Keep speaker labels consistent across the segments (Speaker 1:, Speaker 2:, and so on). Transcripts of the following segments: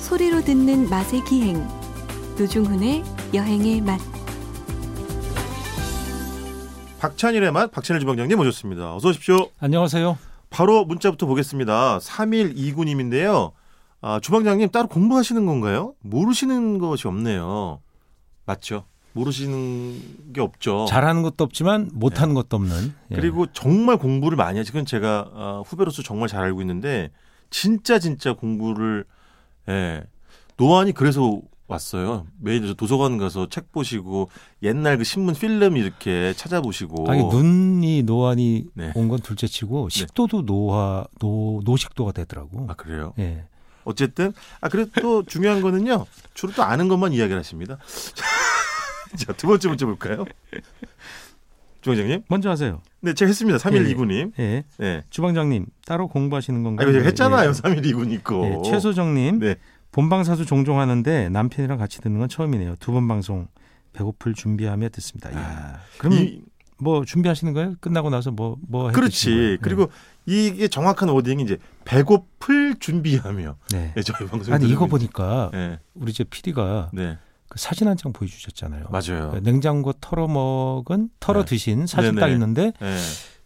Speaker 1: 소리로 듣는 맛의 기행 노중훈의 여행의 맛
Speaker 2: 박찬일의 맛 박찬일 주방장님 모셨습니다. 어서 오십시오.
Speaker 3: 안녕하세요.
Speaker 2: 바로 문자부터 보겠습니다. 3일 2구님인데요. 아, 주방장님 따로 공부하시는 건가요? 모르시는 것이 없네요.
Speaker 3: 맞죠.
Speaker 2: 모르시는 게
Speaker 4: 어.
Speaker 2: 없죠.
Speaker 3: 잘하는 것도
Speaker 4: 네.
Speaker 3: 없지만 못하는 것도 없는. 예.
Speaker 2: 그리고 정말 공부를 많이 하지. 그건 제가 아, 후배로서 정말 잘 알고 있는데 진짜 진짜 공부를 예. 노안이 그래서 왔어요. 매일 저 도서관 가서 책 보시고 옛날 그 신문 필름 이렇게 찾아보시고
Speaker 3: 아니 눈이 노안이
Speaker 2: 네.
Speaker 3: 온 건 둘째치고 식도도 노화 노 노식도가 되더라고.
Speaker 2: 아 그래요?
Speaker 3: 예.
Speaker 2: 어쨌든 아 그래도 또 중요한 거는요 주로 또 아는 것만 이야기를 하십니다. 자 두 번째 문제 볼까요? 주방장님,
Speaker 4: 먼저 하세요.
Speaker 2: 네 제가 했습니다. 3일
Speaker 4: 예, 예.
Speaker 2: 2구님,
Speaker 4: 예.
Speaker 2: 네,
Speaker 4: 주방장님 따로 공부하시는
Speaker 2: 아
Speaker 4: 건가요?
Speaker 2: 이거 제가 했잖아요.
Speaker 4: 예.
Speaker 2: 3일 2군 있고
Speaker 4: 예, 최소정님
Speaker 2: 네,
Speaker 4: 본방사수 종종 하는데 남편이랑 같이 듣는 건 처음이네요. 두 번 방송 배고플 준비하며 듣습니다. 이야. 그럼
Speaker 2: 아. 이,
Speaker 4: 뭐 준비하시는 거예요? 끝나고 나서 뭐뭐 네.
Speaker 2: 그렇지. 그리고 이게 정확한 워딩이 이제 배고플 준비하며
Speaker 4: 네.
Speaker 2: 네, 저희 방송
Speaker 3: 아니 이거 보니까
Speaker 2: 네,
Speaker 3: 우리 제 PD가
Speaker 2: 네
Speaker 3: 그 사진 한 장 보여주셨잖아요.
Speaker 2: 맞아요.
Speaker 4: 네.
Speaker 3: 그 냉장고 털어 먹은 털어
Speaker 2: 어. 네.
Speaker 3: 드신 사진
Speaker 2: 네네.
Speaker 3: 딱 있는데
Speaker 2: 네.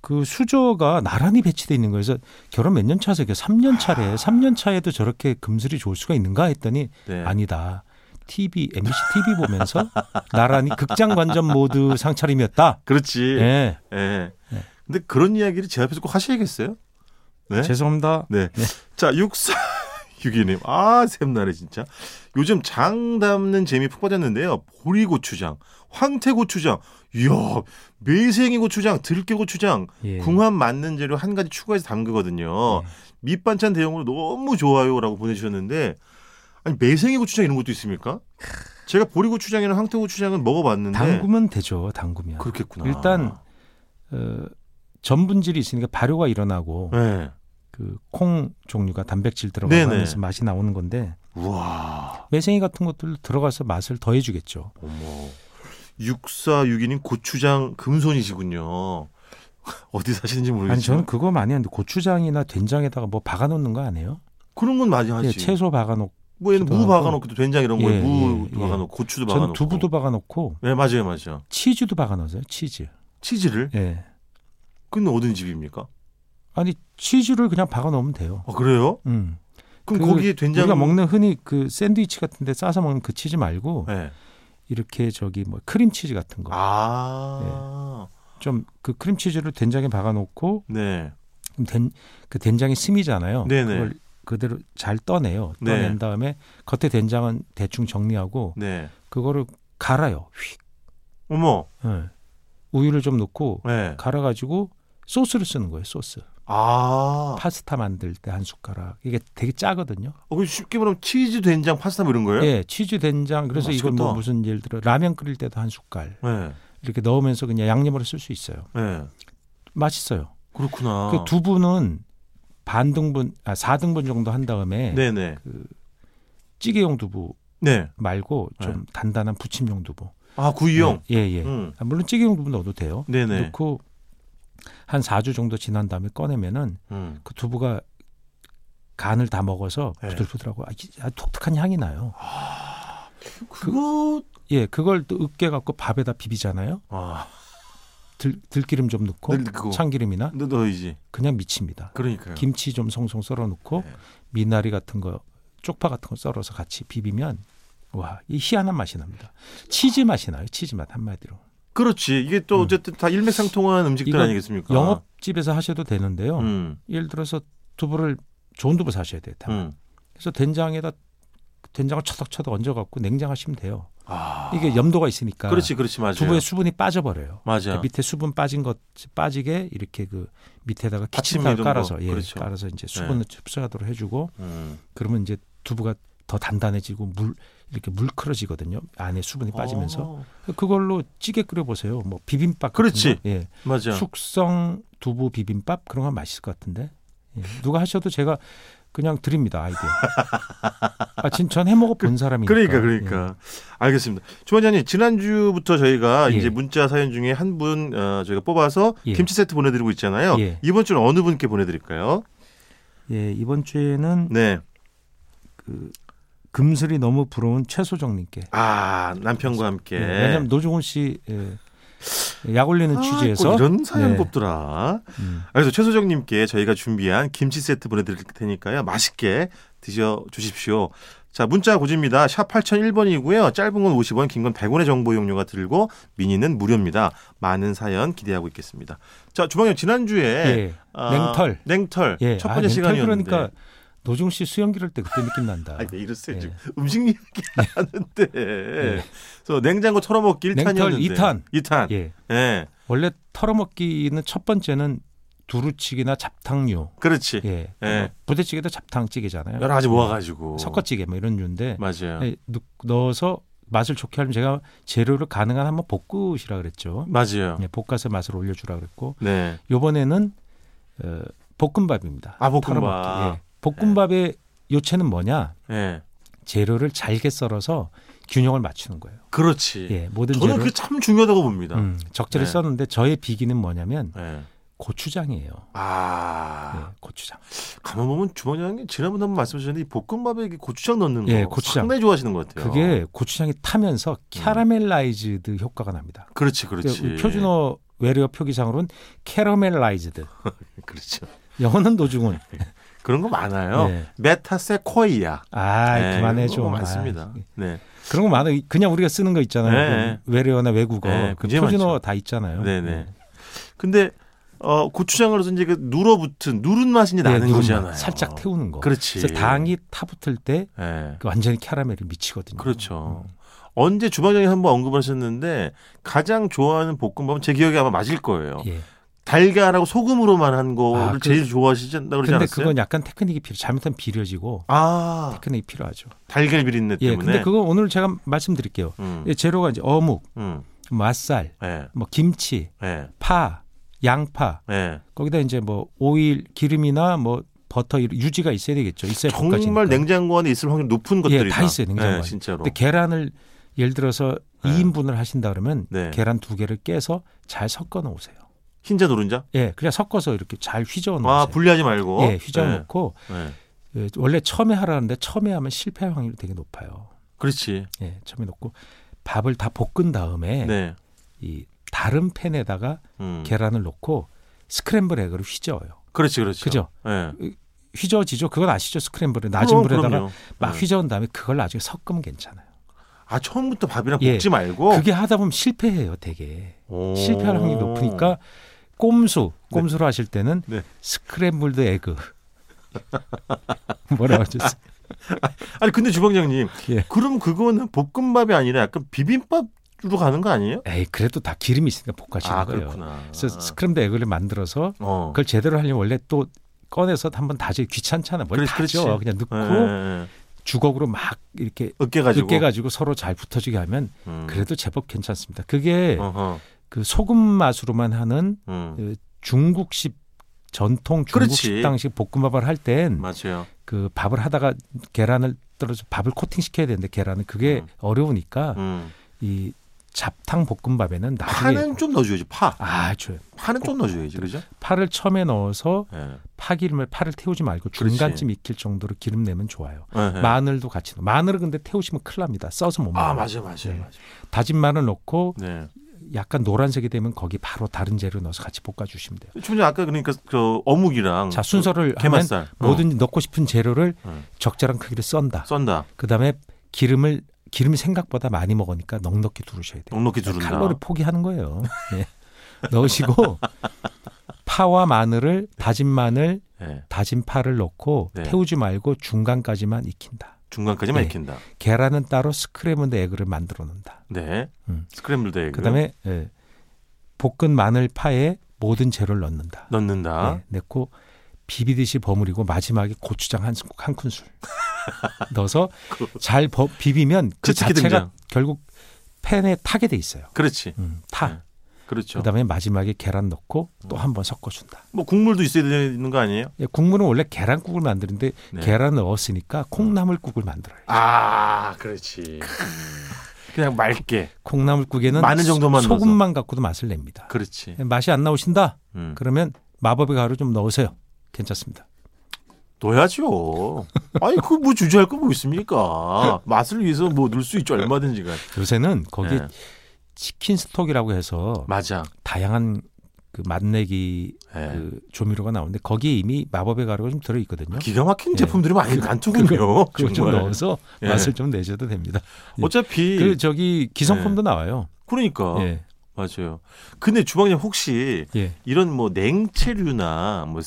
Speaker 3: 그 수저가 나란히 배치돼 있는 거예요. 그래서 결혼 몇 년 차세요? 3년
Speaker 2: 아.
Speaker 3: 차래. 3년 차에도 저렇게 금슬이 좋을 수가 있는가 했더니
Speaker 2: 네.
Speaker 3: 아니다. TV, MBC TV 보면서 나란히 극장 관전 모드 상차림이었다.
Speaker 2: 그렇지.
Speaker 3: 예.
Speaker 4: 네.
Speaker 2: 예. 근데 그런 이야기를 제 앞에서 꼭 하셔야겠어요. 네.
Speaker 4: 죄송합니다.
Speaker 2: 네. 자, 64 6이님. 아, 샘나네 진짜. 요즘 장 담는 재미 푹 빠졌는데요. 보리고추장, 황태고추장, 이야, 매생이 고추장, 들깨고추장,
Speaker 4: 예.
Speaker 2: 궁합 맞는 재료 한 가지 추가해서
Speaker 3: 예.
Speaker 2: 담그거든요. 밑반찬 대용으로 너무 좋아요라고 보내주셨는데 아니 매생이 고추장 이런 것도 있습니까? 제가 보리고추장이나 황태고추장은 먹어봤는데
Speaker 3: 담그면 되죠. 담그면.
Speaker 2: 그렇겠구나.
Speaker 3: 일단, 어, 전분질이 있으니까 발효가 일어나고
Speaker 2: 네.
Speaker 3: 그 콩 종류가 단백질
Speaker 2: 네네.
Speaker 3: 들어가면서 맛이 나오는 건데
Speaker 2: 우와.
Speaker 3: 매생이 같은 것들 들어가서 맛을 더해주겠죠.
Speaker 2: 어머. 6462님 고추장 금손이시군요. 어디 사시는지 모르겠지만
Speaker 4: 아니 저는
Speaker 3: 그거 많이 하는데 고추장이나 된장에다가 뭐 박아놓는 거 아니에요?
Speaker 2: 그런 건 많이 하지.
Speaker 3: 예, 채소 박아놓고
Speaker 2: 뭐 얘는 무
Speaker 3: 기도하고.
Speaker 2: 박아놓고 된장 이런 거에
Speaker 3: 예,
Speaker 2: 무
Speaker 3: 예, 예.
Speaker 2: 박아놓고 고추도
Speaker 3: 저는
Speaker 2: 박아놓고.
Speaker 3: 두부도 박아놓고
Speaker 2: 네 맞아요 맞아요.
Speaker 3: 치즈도 박아넣어요. 치즈.
Speaker 2: 치즈를?
Speaker 3: 예.
Speaker 2: 근데 어느 집입니까?
Speaker 3: 아니 치즈를 그냥 박아 넣으면 돼요.
Speaker 2: 아 그래요?
Speaker 3: 음.
Speaker 2: 그럼
Speaker 3: 그
Speaker 2: 거기에 된장
Speaker 3: 우리가 먹는 흔히 그 샌드위치 같은데 싸서 먹는 그 치즈 말고
Speaker 2: 네.
Speaker 3: 이렇게 저기 뭐 크림 치즈 같은 거.
Speaker 2: 아.
Speaker 3: 좀 그 크림 치즈를 된장에 박아 놓고
Speaker 2: 네.
Speaker 3: 그럼 된, 그 된장이 스미잖아요.
Speaker 2: 네네.
Speaker 3: 그걸 그대로 잘 떠내요.
Speaker 2: 네.
Speaker 3: 떠낸 다음에 겉에 된장은 대충 정리하고
Speaker 2: 네.
Speaker 3: 그거를 갈아요. 휙.
Speaker 2: 어머.
Speaker 3: 예. 우유를 좀 넣고
Speaker 2: 네.
Speaker 3: 갈아 가지고 소스를 쓰는 거예요. 소스.
Speaker 2: 아.
Speaker 3: 파스타 만들 때 한 숟가락. 이게 되게 짜거든요.
Speaker 2: 어, 그럼 쉽게 말하면 치즈 된장 파스타 뭐 이런 거예요?
Speaker 3: 예, 치즈 된장. 그래서 이걸 뭐
Speaker 2: 아, 맛있겠다.
Speaker 3: 무슨 예를 들어 라면 끓일 때도 한 숟갈
Speaker 2: 네.
Speaker 3: 이렇게 넣으면서 그냥 양념으로 쓸 수 있어요.
Speaker 2: 네.
Speaker 3: 맛있어요.
Speaker 2: 그렇구나.
Speaker 3: 그 두부는 반 등분, 아, 4등분 정도 한 다음에
Speaker 2: 네네.
Speaker 3: 찌개용 두부
Speaker 2: 네.
Speaker 3: 말고 좀 단단한 부침용 두부.
Speaker 2: 아 구이용.
Speaker 3: 예, 예.
Speaker 2: 음.
Speaker 3: 아, 물론 찌개용 두부 넣어도 돼요.
Speaker 2: 네네.
Speaker 3: 넣고 한 4주 정도 지난 다음에 꺼내면은
Speaker 2: 음.
Speaker 3: 그 두부가 간을 다 먹어서
Speaker 2: 네.
Speaker 3: 부들부들하고 아, 이- 아, 독특한 향이 나요.
Speaker 2: 그거.
Speaker 3: 예, 그걸 또 으깨 갖고 밥에다 비비잖아요.
Speaker 2: 아.
Speaker 3: 들, 들기름 좀 넣고
Speaker 2: 늘 그거.
Speaker 3: 참기름이나
Speaker 2: 근데 너이지.
Speaker 3: 그냥 미칩니다.
Speaker 2: 그러니까요.
Speaker 3: 김치 좀 송송 썰어 놓고
Speaker 2: 네.
Speaker 3: 미나리 같은 거 쪽파 같은 거 썰어서 같이 비비면 와, 이 희한한 맛이 납니다. 치즈 맛이 나요. 치즈 맛 한마디로.
Speaker 2: 아. 그렇지. 이게 또
Speaker 3: 음.
Speaker 2: 어쨌든 다 일맥상통한 음식들
Speaker 3: 이거
Speaker 2: 아니겠습니까?
Speaker 3: 영업집에서 하셔도 되는데요.
Speaker 2: 음.
Speaker 3: 예를 들어서 두부를 좋은 두부 사셔야 돼요. 다만.
Speaker 2: 음.
Speaker 3: 그래서 된장에다 된장을 처덕처덕 얹어 갖고 냉장하시면 돼요.
Speaker 2: 아.
Speaker 3: 이게 염도가 있으니까
Speaker 2: 그렇지, 그렇지, 맞아요.
Speaker 3: 두부의 그러니까 수분이 빠져버려요.
Speaker 2: 맞아.
Speaker 3: 밑에 수분 빠진 것 빠지게 이렇게 그 밑에다가
Speaker 2: 받침
Speaker 3: 키친타올
Speaker 2: 이런
Speaker 3: 깔아서
Speaker 2: 거.
Speaker 3: 예,
Speaker 2: 그렇죠.
Speaker 3: 깔아서 이제 수분을 흡수하도록 해주고
Speaker 2: 음.
Speaker 3: 그러면 이제 두부가 더 단단해지고 물 이렇게 물클어지거든요 안에 수분이 빠지면서
Speaker 2: 어.
Speaker 3: 그걸로 찌개 끓여 보세요 뭐 비빔밥 같은
Speaker 2: 그렇지.
Speaker 3: 거. 예
Speaker 2: 맞아.
Speaker 3: 숙성 두부 비빔밥 그런 건 맛있을 것 같은데 예. 누가 하셔도 제가 그냥 드립니다 아이디어 아 진 전 해먹어 본 사람이니까 예.
Speaker 2: 그러니까 그러니까 알겠습니다. 주원장님 지난주부터 저희가
Speaker 3: 예.
Speaker 2: 이제 문자 사연 중에 한 분 어, 저희가 뽑아서
Speaker 3: 예.
Speaker 2: 김치 세트 보내드리고 있잖아요.
Speaker 3: 예.
Speaker 2: 이번 주는 어느 분께 보내드릴까요?
Speaker 4: 예, 이번 주에는
Speaker 2: 네,
Speaker 4: 그
Speaker 3: 금슬이 너무 부러운 최소정님께.
Speaker 2: 아 남편과 함께.
Speaker 3: 네, 왜냐하면 노종훈 씨 예, 약 올리는
Speaker 2: 아,
Speaker 3: 취지에서
Speaker 2: 꼭 이런 사연
Speaker 3: 네.
Speaker 2: 뽑더라.
Speaker 3: 음,
Speaker 2: 그래서 최소정님께 저희가 준비한 김치 세트 보내드릴 테니까요. 맛있게 드셔 주십시오. 자 문자 고지입니다. 샵 8001번이고요. 짧은 건 50원, 긴 건 100원의 정보 이용료가 들고 미니는 무료입니다. 많은 사연 기대하고 있겠습니다. 자 주방장 지난주에 아,
Speaker 3: 예, 냉털.
Speaker 2: 냉털
Speaker 3: 예,
Speaker 2: 네. 첫
Speaker 3: 아,
Speaker 2: 번째
Speaker 3: 냉털
Speaker 2: 시간이었는데
Speaker 3: 그러니까 노종 씨 수영 기를 때 그때 느낌 난다.
Speaker 2: 아니 왜 이러세요
Speaker 3: 예.
Speaker 2: 지금 음식 얘기 하는데 그래서 냉장고 털어먹기
Speaker 3: 냉털
Speaker 2: 1탄이었는데
Speaker 3: 이 탄.
Speaker 2: 2탄
Speaker 3: 예,
Speaker 2: 예
Speaker 3: 원래 털어먹기는 첫 번째는 두루치기나 잡탕류.
Speaker 2: 그렇지
Speaker 3: 예,
Speaker 2: 예.
Speaker 3: 부대찌개도 잡탕찌개잖아요. 예.
Speaker 2: 여러 가지 모아가지고
Speaker 3: 섞어찌개 뭐 이런 류인데
Speaker 2: 맞아요
Speaker 3: 예, 넣- 넣어서 맛을 좋게 하려면 제가 재료를 가능한 한번 볶으시라 그랬죠.
Speaker 2: 맞아요
Speaker 3: 예, 볶아서 맛을 올려주라 그랬고
Speaker 2: 네
Speaker 3: 요번에는 어, 볶음밥입니다.
Speaker 2: 아, 볶음밥.
Speaker 3: 털어먹기. 예. 볶음밥의 요체는 뭐냐?
Speaker 2: 예.
Speaker 3: 재료를 잘게 썰어서 균형을 맞추는 거예요.
Speaker 2: 그렇지
Speaker 3: 예, 모든
Speaker 2: 저는
Speaker 3: 재료
Speaker 2: 그게 참 중요하다고 봅니다
Speaker 3: 음, 적절히
Speaker 2: 네.
Speaker 3: 썼는데 저의 비기는 뭐냐면
Speaker 2: 예.
Speaker 3: 고추장이에요.
Speaker 2: 아
Speaker 3: 예, 고추장.
Speaker 2: 가만 보면 주방장님 지난번에 한번 말씀하셨는데 이 볶음밥에 이게 고추장 넣는 거
Speaker 3: 예, 고추장.
Speaker 2: 상당히 좋아하시는 것 같아요 음.
Speaker 3: 그게 고추장이 타면서 캐러멜라이즈드 효과가 납니다.
Speaker 2: 그렇지 그렇지
Speaker 3: 그러니까 표준어 외래어 표기상으로는 캐러멜라이즈드.
Speaker 2: 그렇죠
Speaker 3: 영어는 노중훈.
Speaker 2: 그런 거 많아요
Speaker 3: 네.
Speaker 2: 메타세코이아
Speaker 3: 아,
Speaker 2: 네,
Speaker 3: 그만해 예.
Speaker 2: 이런 거
Speaker 3: 줘.
Speaker 2: 많습니다 네.
Speaker 3: 그런 거 많아. 요 그냥 우리가 쓰는 거 있잖아요.
Speaker 2: 네.
Speaker 3: 그 외래어나 외국어,
Speaker 2: 네,
Speaker 3: 그
Speaker 2: 굉장히
Speaker 3: 표준어
Speaker 2: 많죠.
Speaker 3: 다 있잖아요.
Speaker 2: 네네. 근데 어 고추장으로서 이제 그 눌어붙은 누른 맛이 이제
Speaker 3: 네,
Speaker 2: 나는
Speaker 3: 누른
Speaker 2: 거잖아요.
Speaker 3: 맛, 살짝 태우는 거.
Speaker 2: 그렇지.
Speaker 3: 그래서 당이 타붙을 때
Speaker 2: 예.
Speaker 3: 그 완전히 캐러멜이 미치거든요.
Speaker 2: 그렇죠.
Speaker 3: 음.
Speaker 2: 언제 주방장이 한번 언급하셨는데 가장 좋아하는 볶음밥은 제 기억에 아마 맞을 거예요.
Speaker 3: 예.
Speaker 2: 달걀하고 소금으로만 한 거를
Speaker 3: 아, 그-
Speaker 2: 제일 좋아하시다 그러지
Speaker 3: 근데
Speaker 2: 않았어요?
Speaker 3: 그건 약간 테크닉이 필요. 잘못하면 비려지고
Speaker 2: 아
Speaker 3: 테크닉이 필요하죠.
Speaker 2: 달걀 비린내
Speaker 3: 예.
Speaker 2: 때문에.
Speaker 3: 근데 그건 오늘 제가 말씀드릴게요.
Speaker 2: 음,
Speaker 3: 예, 재료가 이제 어묵,
Speaker 2: 음,
Speaker 3: 맛살,
Speaker 2: 예,
Speaker 3: 뭐 김치,
Speaker 2: 예,
Speaker 3: 파, 양파.
Speaker 2: 예.
Speaker 3: 거기다 이제 뭐 오일, 기름이나 뭐 버터 이런 유지가 있어야 되겠죠. 있어야
Speaker 2: 정말
Speaker 3: 볶아지니까.
Speaker 2: 냉장고 안에 있을 확률 이 높은
Speaker 3: 네, 예,
Speaker 2: 것들이다.
Speaker 3: 다 있어요, 냉장고
Speaker 2: 예,
Speaker 3: 안에.
Speaker 2: 진짜로.
Speaker 3: 근데 계란을 예를 들어서
Speaker 2: 네.
Speaker 3: 2인분을 하신다 그러면
Speaker 2: 네.
Speaker 3: 계란 두 개를 깨서 잘 섞어 놓으세요.
Speaker 2: 흰자 노른자?
Speaker 3: 예, 그냥 섞어서 이렇게 잘 휘저어 놓으세요.
Speaker 2: 아 분리하지 말고.
Speaker 3: 예, 휘저어
Speaker 2: 예,
Speaker 3: 놓고
Speaker 2: 예.
Speaker 3: 예, 원래 처음에 하라는데 처음에 하면 실패할 확률이 되게 높아요.
Speaker 2: 그렇지.
Speaker 3: 예, 처음에 놓고 밥을 다 볶은 다음에
Speaker 2: 네.
Speaker 3: 이 다른 팬에다가
Speaker 2: 음.
Speaker 3: 계란을 넣고 스크램블 에그를 휘저어요.
Speaker 2: 그렇지, 그렇죠.
Speaker 3: 그죠?
Speaker 2: 예.
Speaker 3: 휘저어지죠. 그건 아시죠? 스크램블에 낮은
Speaker 2: 그럼,
Speaker 3: 불에다가
Speaker 2: 그럼요.
Speaker 3: 막
Speaker 2: 예.
Speaker 3: 휘저은 다음에 그걸 나중에 섞으면 괜찮아요.
Speaker 2: 아 처음부터 밥이랑
Speaker 3: 예.
Speaker 2: 볶지 말고
Speaker 3: 그게 하다 보면 실패해요, 되게.
Speaker 2: 오.
Speaker 3: 실패할 확률이 높으니까 꼼수 꼼수로 하실 때는
Speaker 2: 어. 네.
Speaker 3: 스크램블드 에그 뭐라고 하셨어요?
Speaker 2: 아니 근데 주방장님
Speaker 3: 예.
Speaker 2: 그럼 그거는 볶음밥이 아니라 약간 비빔밥으로 가는 거 아니에요?
Speaker 3: 에이 그래도 다 기름이 있으니까 볶아지는
Speaker 2: 아
Speaker 3: 거예요.
Speaker 2: 그렇구나.
Speaker 3: 그래서 스크램블드 에그를 만들어서
Speaker 2: 어.
Speaker 3: 그걸 제대로 하려면 원래 또 꺼내서 한번 다져 귀찮잖아. 뭘
Speaker 2: 그렇지,
Speaker 3: 다져
Speaker 2: 그렇지.
Speaker 3: 그냥 넣고
Speaker 2: 예, 예, 예.
Speaker 3: 주걱으로 막 이렇게
Speaker 2: 으깨가지고.
Speaker 3: 으깨가지고 서로 잘 붙어지게 하면
Speaker 2: 음.
Speaker 3: 그래도 제법 괜찮습니다. 그게
Speaker 2: 어허.
Speaker 3: 그 소금 맛으로만 하는
Speaker 2: 음.
Speaker 3: 중국식 전통 중국
Speaker 2: 그렇지.
Speaker 3: 식당식 볶음밥을 할땐
Speaker 2: 맞아요.
Speaker 3: 그 밥을 하다가 계란을 떨어져 밥을 코팅 시켜야 되는데 계란은 그게
Speaker 2: 음.
Speaker 3: 어려우니까
Speaker 2: 음.
Speaker 3: 이 잡탕 볶음밥에는 아, 나중에
Speaker 2: 파는 좀 넣어줘야지 파.
Speaker 3: 아 줘요
Speaker 2: 파는 좀 넣어줘야지 그죠?
Speaker 3: 파를 처음에 넣어서
Speaker 2: 예.
Speaker 3: 파기름을 파를 태우지 말고
Speaker 2: 그렇지.
Speaker 3: 중간쯤 익힐 정도로 기름 내면 좋아요.
Speaker 2: 예, 예.
Speaker 3: 마늘도 같이 넣어. 마늘을 근데 태우시면 큰일 납니다. 써서 못 먹어요.
Speaker 2: 아 맞아요, 맞아요,
Speaker 3: 네.
Speaker 2: 맞아요.
Speaker 3: 다진 마늘 넣고
Speaker 2: 네.
Speaker 3: 약간 노란색이 되면 거기 바로 다른 재료 넣어서 같이 볶아주시면 돼요.
Speaker 2: 주방장 아까 그러니까 그 어묵이랑
Speaker 3: 자 순서를
Speaker 2: 그
Speaker 3: 하면
Speaker 2: 게맛살
Speaker 3: 뭐든지 넣고 싶은 재료를
Speaker 2: 음.
Speaker 3: 적절한 크기로 썬다.
Speaker 2: 어, 썬다.
Speaker 3: 그다음에 기름을 기름이 생각보다 많이 먹으니까 넉넉히 두르셔야 돼요.
Speaker 2: 넉넉히 두른다.
Speaker 3: 네. 칼로리 포기하는 거예요. 네. 넣으시고 파와 마늘을 다진 마늘,
Speaker 2: 예.
Speaker 3: 다진 파를 넣고
Speaker 2: 네.
Speaker 3: 태우지 말고 중간까지만 익힌다.
Speaker 2: 중간까지만
Speaker 3: 예.
Speaker 2: 익힌다.
Speaker 3: 계란은 따로 스크램블드 에그를 만들어 놓는다.
Speaker 2: 네.
Speaker 3: 음.
Speaker 2: 스크램블드 에그.
Speaker 3: 그다음에 예, 볶은 마늘 파에 모든 재료를 넣는다.
Speaker 2: 넣는다.
Speaker 3: 네, 넣고 비비듯이 버무리고 마지막에 고추장 한, 스- 한 큰술 넣어서 잘 버- 비비면 그
Speaker 2: 치트키
Speaker 3: 자체가
Speaker 2: 그렇죠. 등장.
Speaker 3: 결국 팬에 타게 돼 있어요.
Speaker 2: 그렇지.
Speaker 3: 음,
Speaker 2: 네,
Speaker 3: 타.
Speaker 2: 그렇죠. 음.
Speaker 3: 그다음에 마지막에 계란 넣고 또 한번 섞어준다.
Speaker 2: 뭐 국물도 있어야 되는 거 아니에요?
Speaker 3: 예, 국물은 원래 계란국을 만드는데
Speaker 2: 네.
Speaker 3: 계란 넣었으니까 콩나물국을 만들어요.
Speaker 2: 아, 그렇지. 그냥 맑게.
Speaker 3: 콩나물국에는
Speaker 2: 많은 정도만
Speaker 3: 소금만 갖고도 맛을 냅니다.
Speaker 2: 그렇지.
Speaker 3: 맛이 안 나오신다?
Speaker 2: 음.
Speaker 3: 그러면 마법의 가루 좀 넣으세요. 괜찮습니다.
Speaker 2: 둬야죠. 아니 그 뭐 주저할 거 뭐 있습니까? 맛을 위해서 뭐 넣을 수 있죠 얼마든지가.
Speaker 3: 요새는 거기
Speaker 2: 예.
Speaker 3: 에 치킨 스톡이라고 해서
Speaker 2: 맞아.
Speaker 3: 다양한 그 맛내기
Speaker 2: 예.
Speaker 3: 그 조미료가 나오는데 거기에 이미 마법의 가루가 좀 들어 있거든요.
Speaker 2: 기가 막힌
Speaker 3: 예.
Speaker 2: 제품들이 많이 많더군요.
Speaker 3: 그걸 좀
Speaker 2: 아, 정말.
Speaker 3: 넣어서
Speaker 2: 예.
Speaker 3: 맛을 좀 내셔도 됩니다. 예.
Speaker 2: 어차피
Speaker 3: 그 저기 기성품도 나와요.
Speaker 2: 그, 러니까
Speaker 3: 예.
Speaker 2: 맞아요. 근데 주방장 혹시
Speaker 3: 예.
Speaker 2: 이런 뭐 냉채류나 뭐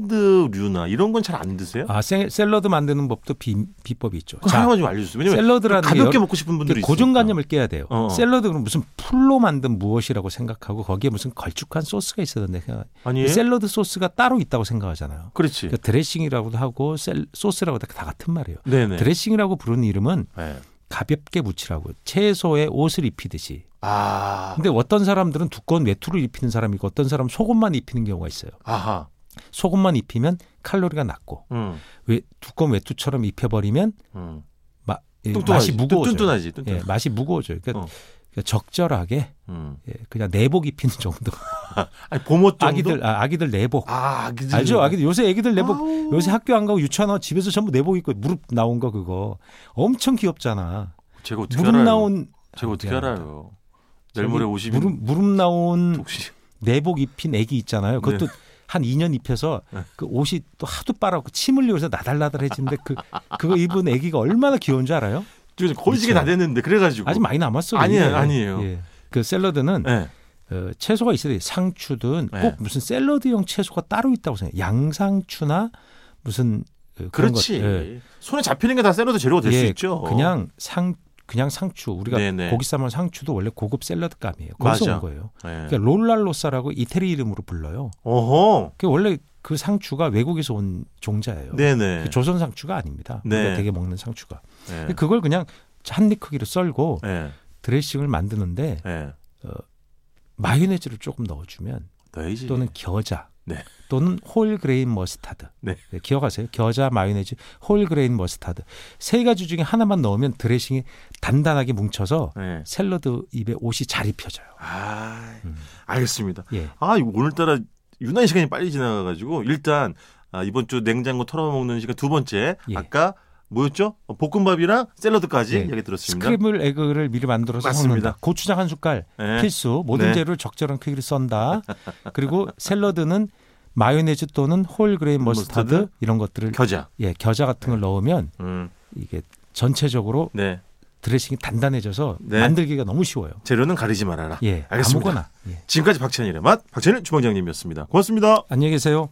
Speaker 2: 샐러드류나 이런 건 잘 안 드세요?
Speaker 3: 아 생- 샐러드 만드는 법도 비, 비법이 있죠.
Speaker 2: 그거 하나만 좀 알려주세요. 왜냐면
Speaker 3: 샐러드라는 게
Speaker 2: 가볍게
Speaker 3: 여러-
Speaker 2: 먹고 싶은 분들이 있어요.
Speaker 3: 고정관념을 깨야 돼요.
Speaker 2: 어.
Speaker 3: 샐러드는 무슨 풀로 만든 무엇이라고 생각하고 거기에 무슨 걸쭉한 소스가 있어야 된다 생각.
Speaker 2: 아니
Speaker 3: 샐러드 소스가 따로 있다고 생각하잖아요.
Speaker 2: 그렇지.
Speaker 3: 그러니까 드레싱이라고도 하고 셀, 소스라고도 다 같은 말이에요.
Speaker 2: 네네.
Speaker 3: 드레싱이라고 부르는 이름은
Speaker 2: 네.
Speaker 3: 가볍게 묻히라고 채소에 옷을 입히듯이.
Speaker 2: 아
Speaker 3: 근데 어떤 사람들은 두꺼운 외투를 입히는 사람이고 어떤 사람은 속옷만 입히는 경우가 있어요.
Speaker 2: 아하.
Speaker 3: 속옷만 입히면 칼로리가 낮고
Speaker 2: 음.
Speaker 3: 왜 두꺼운 외투처럼 입혀버리면
Speaker 2: 음.
Speaker 3: 마, 예,
Speaker 2: 뚱뚱하지.
Speaker 3: 맛이 무거워져요.
Speaker 2: 뚱뚱하지. 뚱뚱.
Speaker 3: 예, 맛이 무거워져요. 그러니까,
Speaker 2: 어.
Speaker 3: 그러니까 적절하게
Speaker 2: 음.
Speaker 3: 예, 그냥 내복 입히는 정도.
Speaker 2: 아니 봄옷 그 정도.
Speaker 3: 아기들 아, 아기들 내복.
Speaker 2: 아, 아기들.
Speaker 3: 알죠? 아기들 요새 아기들 내복
Speaker 2: 아우.
Speaker 3: 요새 학교 안 가고 유치원 하고 집에서 전부 내복 입고 무릎 나온 거 그거 엄청 귀엽잖아.
Speaker 2: 제가 어떻게
Speaker 3: 무릎
Speaker 2: 알아요?
Speaker 3: 나온
Speaker 2: 제가 어떻게
Speaker 3: 미안합니다.
Speaker 2: 알아요? 내일 모레
Speaker 3: 저기
Speaker 2: 오시면 음.
Speaker 3: 무릎 무릎 나온
Speaker 2: 혹시
Speaker 3: 내복 입힌 애기 있잖아요. 그것도 한 2년 입혀서
Speaker 2: 네.
Speaker 3: 그 옷이 또 하도 빨아갖고 침 흘리면서 나달나달해지는데 그 그거 입은 애기가 얼마나 귀여운 줄 알아요?
Speaker 2: 지금 거의 지게
Speaker 3: 미쳐요.
Speaker 2: 다 됐는데 그래가지고
Speaker 3: 아직 많이 남았어.
Speaker 2: 아니에요,
Speaker 3: 그게.
Speaker 2: 아니에요.
Speaker 3: 예. 그 샐러드는
Speaker 2: 예.
Speaker 3: 어, 채소가 있어야 돼요. 상추든
Speaker 2: 네.
Speaker 3: 꼭 무슨 샐러드용 채소가 따로 있다고 생각해요. 양상추나 무슨 어, 그런
Speaker 2: 그렇지.
Speaker 3: 것. 예.
Speaker 2: 손에 잡히는 게 다 샐러드 재료가 될 수
Speaker 3: 예,
Speaker 2: 있죠.
Speaker 3: 그냥 상 그냥 상추 우리가
Speaker 2: 네네.
Speaker 3: 고기 삶은 상추도 원래 고급 샐러드감이에요. 거기서
Speaker 2: 맞아.
Speaker 3: 온 거예요.
Speaker 2: 예.
Speaker 3: 그러니까 롤랄로사라고 이태리 이름으로 불러요.
Speaker 2: 어허.
Speaker 3: 그 원래 그 상추가 외국에서 온 종자예요.
Speaker 2: 네네.
Speaker 3: 그 조선 상추가 아닙니다.
Speaker 2: 네.
Speaker 3: 우리가 되게 먹는 상추가.
Speaker 2: 예.
Speaker 3: 근데 그걸 그냥 한 입 크기로 썰고
Speaker 2: 예.
Speaker 3: 드레싱을 만드는데
Speaker 2: 예.
Speaker 3: 마요네즈를 조금 넣어주면
Speaker 2: 너희지.
Speaker 3: 또는 겨자
Speaker 2: 네.
Speaker 3: 또는 홀그레인 머스타드
Speaker 2: 네.
Speaker 3: 네, 기억하세요? 겨자, 마요네즈, 홀그레인 머스타드 세 가지 중에 하나만 넣으면 드레싱이 단단하게 뭉쳐서
Speaker 2: 예.
Speaker 3: 샐러드 입에 옷이 잘 입혀져요.
Speaker 2: 아,
Speaker 3: 음.
Speaker 2: 알겠습니다.
Speaker 3: 예.
Speaker 2: 아, 이거 오늘따라 유난히 시간이 빨리 지나가가지고 일단 아, 이번 주 냉장고 털어먹는 시간 두 번째
Speaker 3: 예.
Speaker 2: 아까 뭐였죠? 어, 볶음밥이랑 샐러드까지
Speaker 3: 예.
Speaker 2: 이야기 들었습니다.
Speaker 3: 스크램블 에그를 미리 만들어서
Speaker 2: 맞습니다.
Speaker 3: 섞는다. 고추장 한 숟갈
Speaker 2: 예.
Speaker 3: 필수. 모든
Speaker 2: 네.
Speaker 3: 재료를 적절한 크기로 썬다. 그리고 샐러드는 마요네즈 또는 홀그레인 머스타드,
Speaker 2: 머스타드?
Speaker 3: 이런 것들을
Speaker 2: 겨자.
Speaker 3: 예, 겨자 같은 걸 넣으면
Speaker 2: 음.
Speaker 3: 이게 전체적으로
Speaker 2: 네.
Speaker 3: 드레싱이 단단해져서
Speaker 2: 네.
Speaker 3: 만들기가 너무 쉬워요.
Speaker 2: 재료는 가리지 말아라.
Speaker 3: 예,
Speaker 2: 알겠습니다.
Speaker 3: 아무거나. 예.
Speaker 2: 지금까지 박찬일의 맛 박찬일 주방장님이었습니다. 고맙습니다.
Speaker 3: 안녕히 계세요.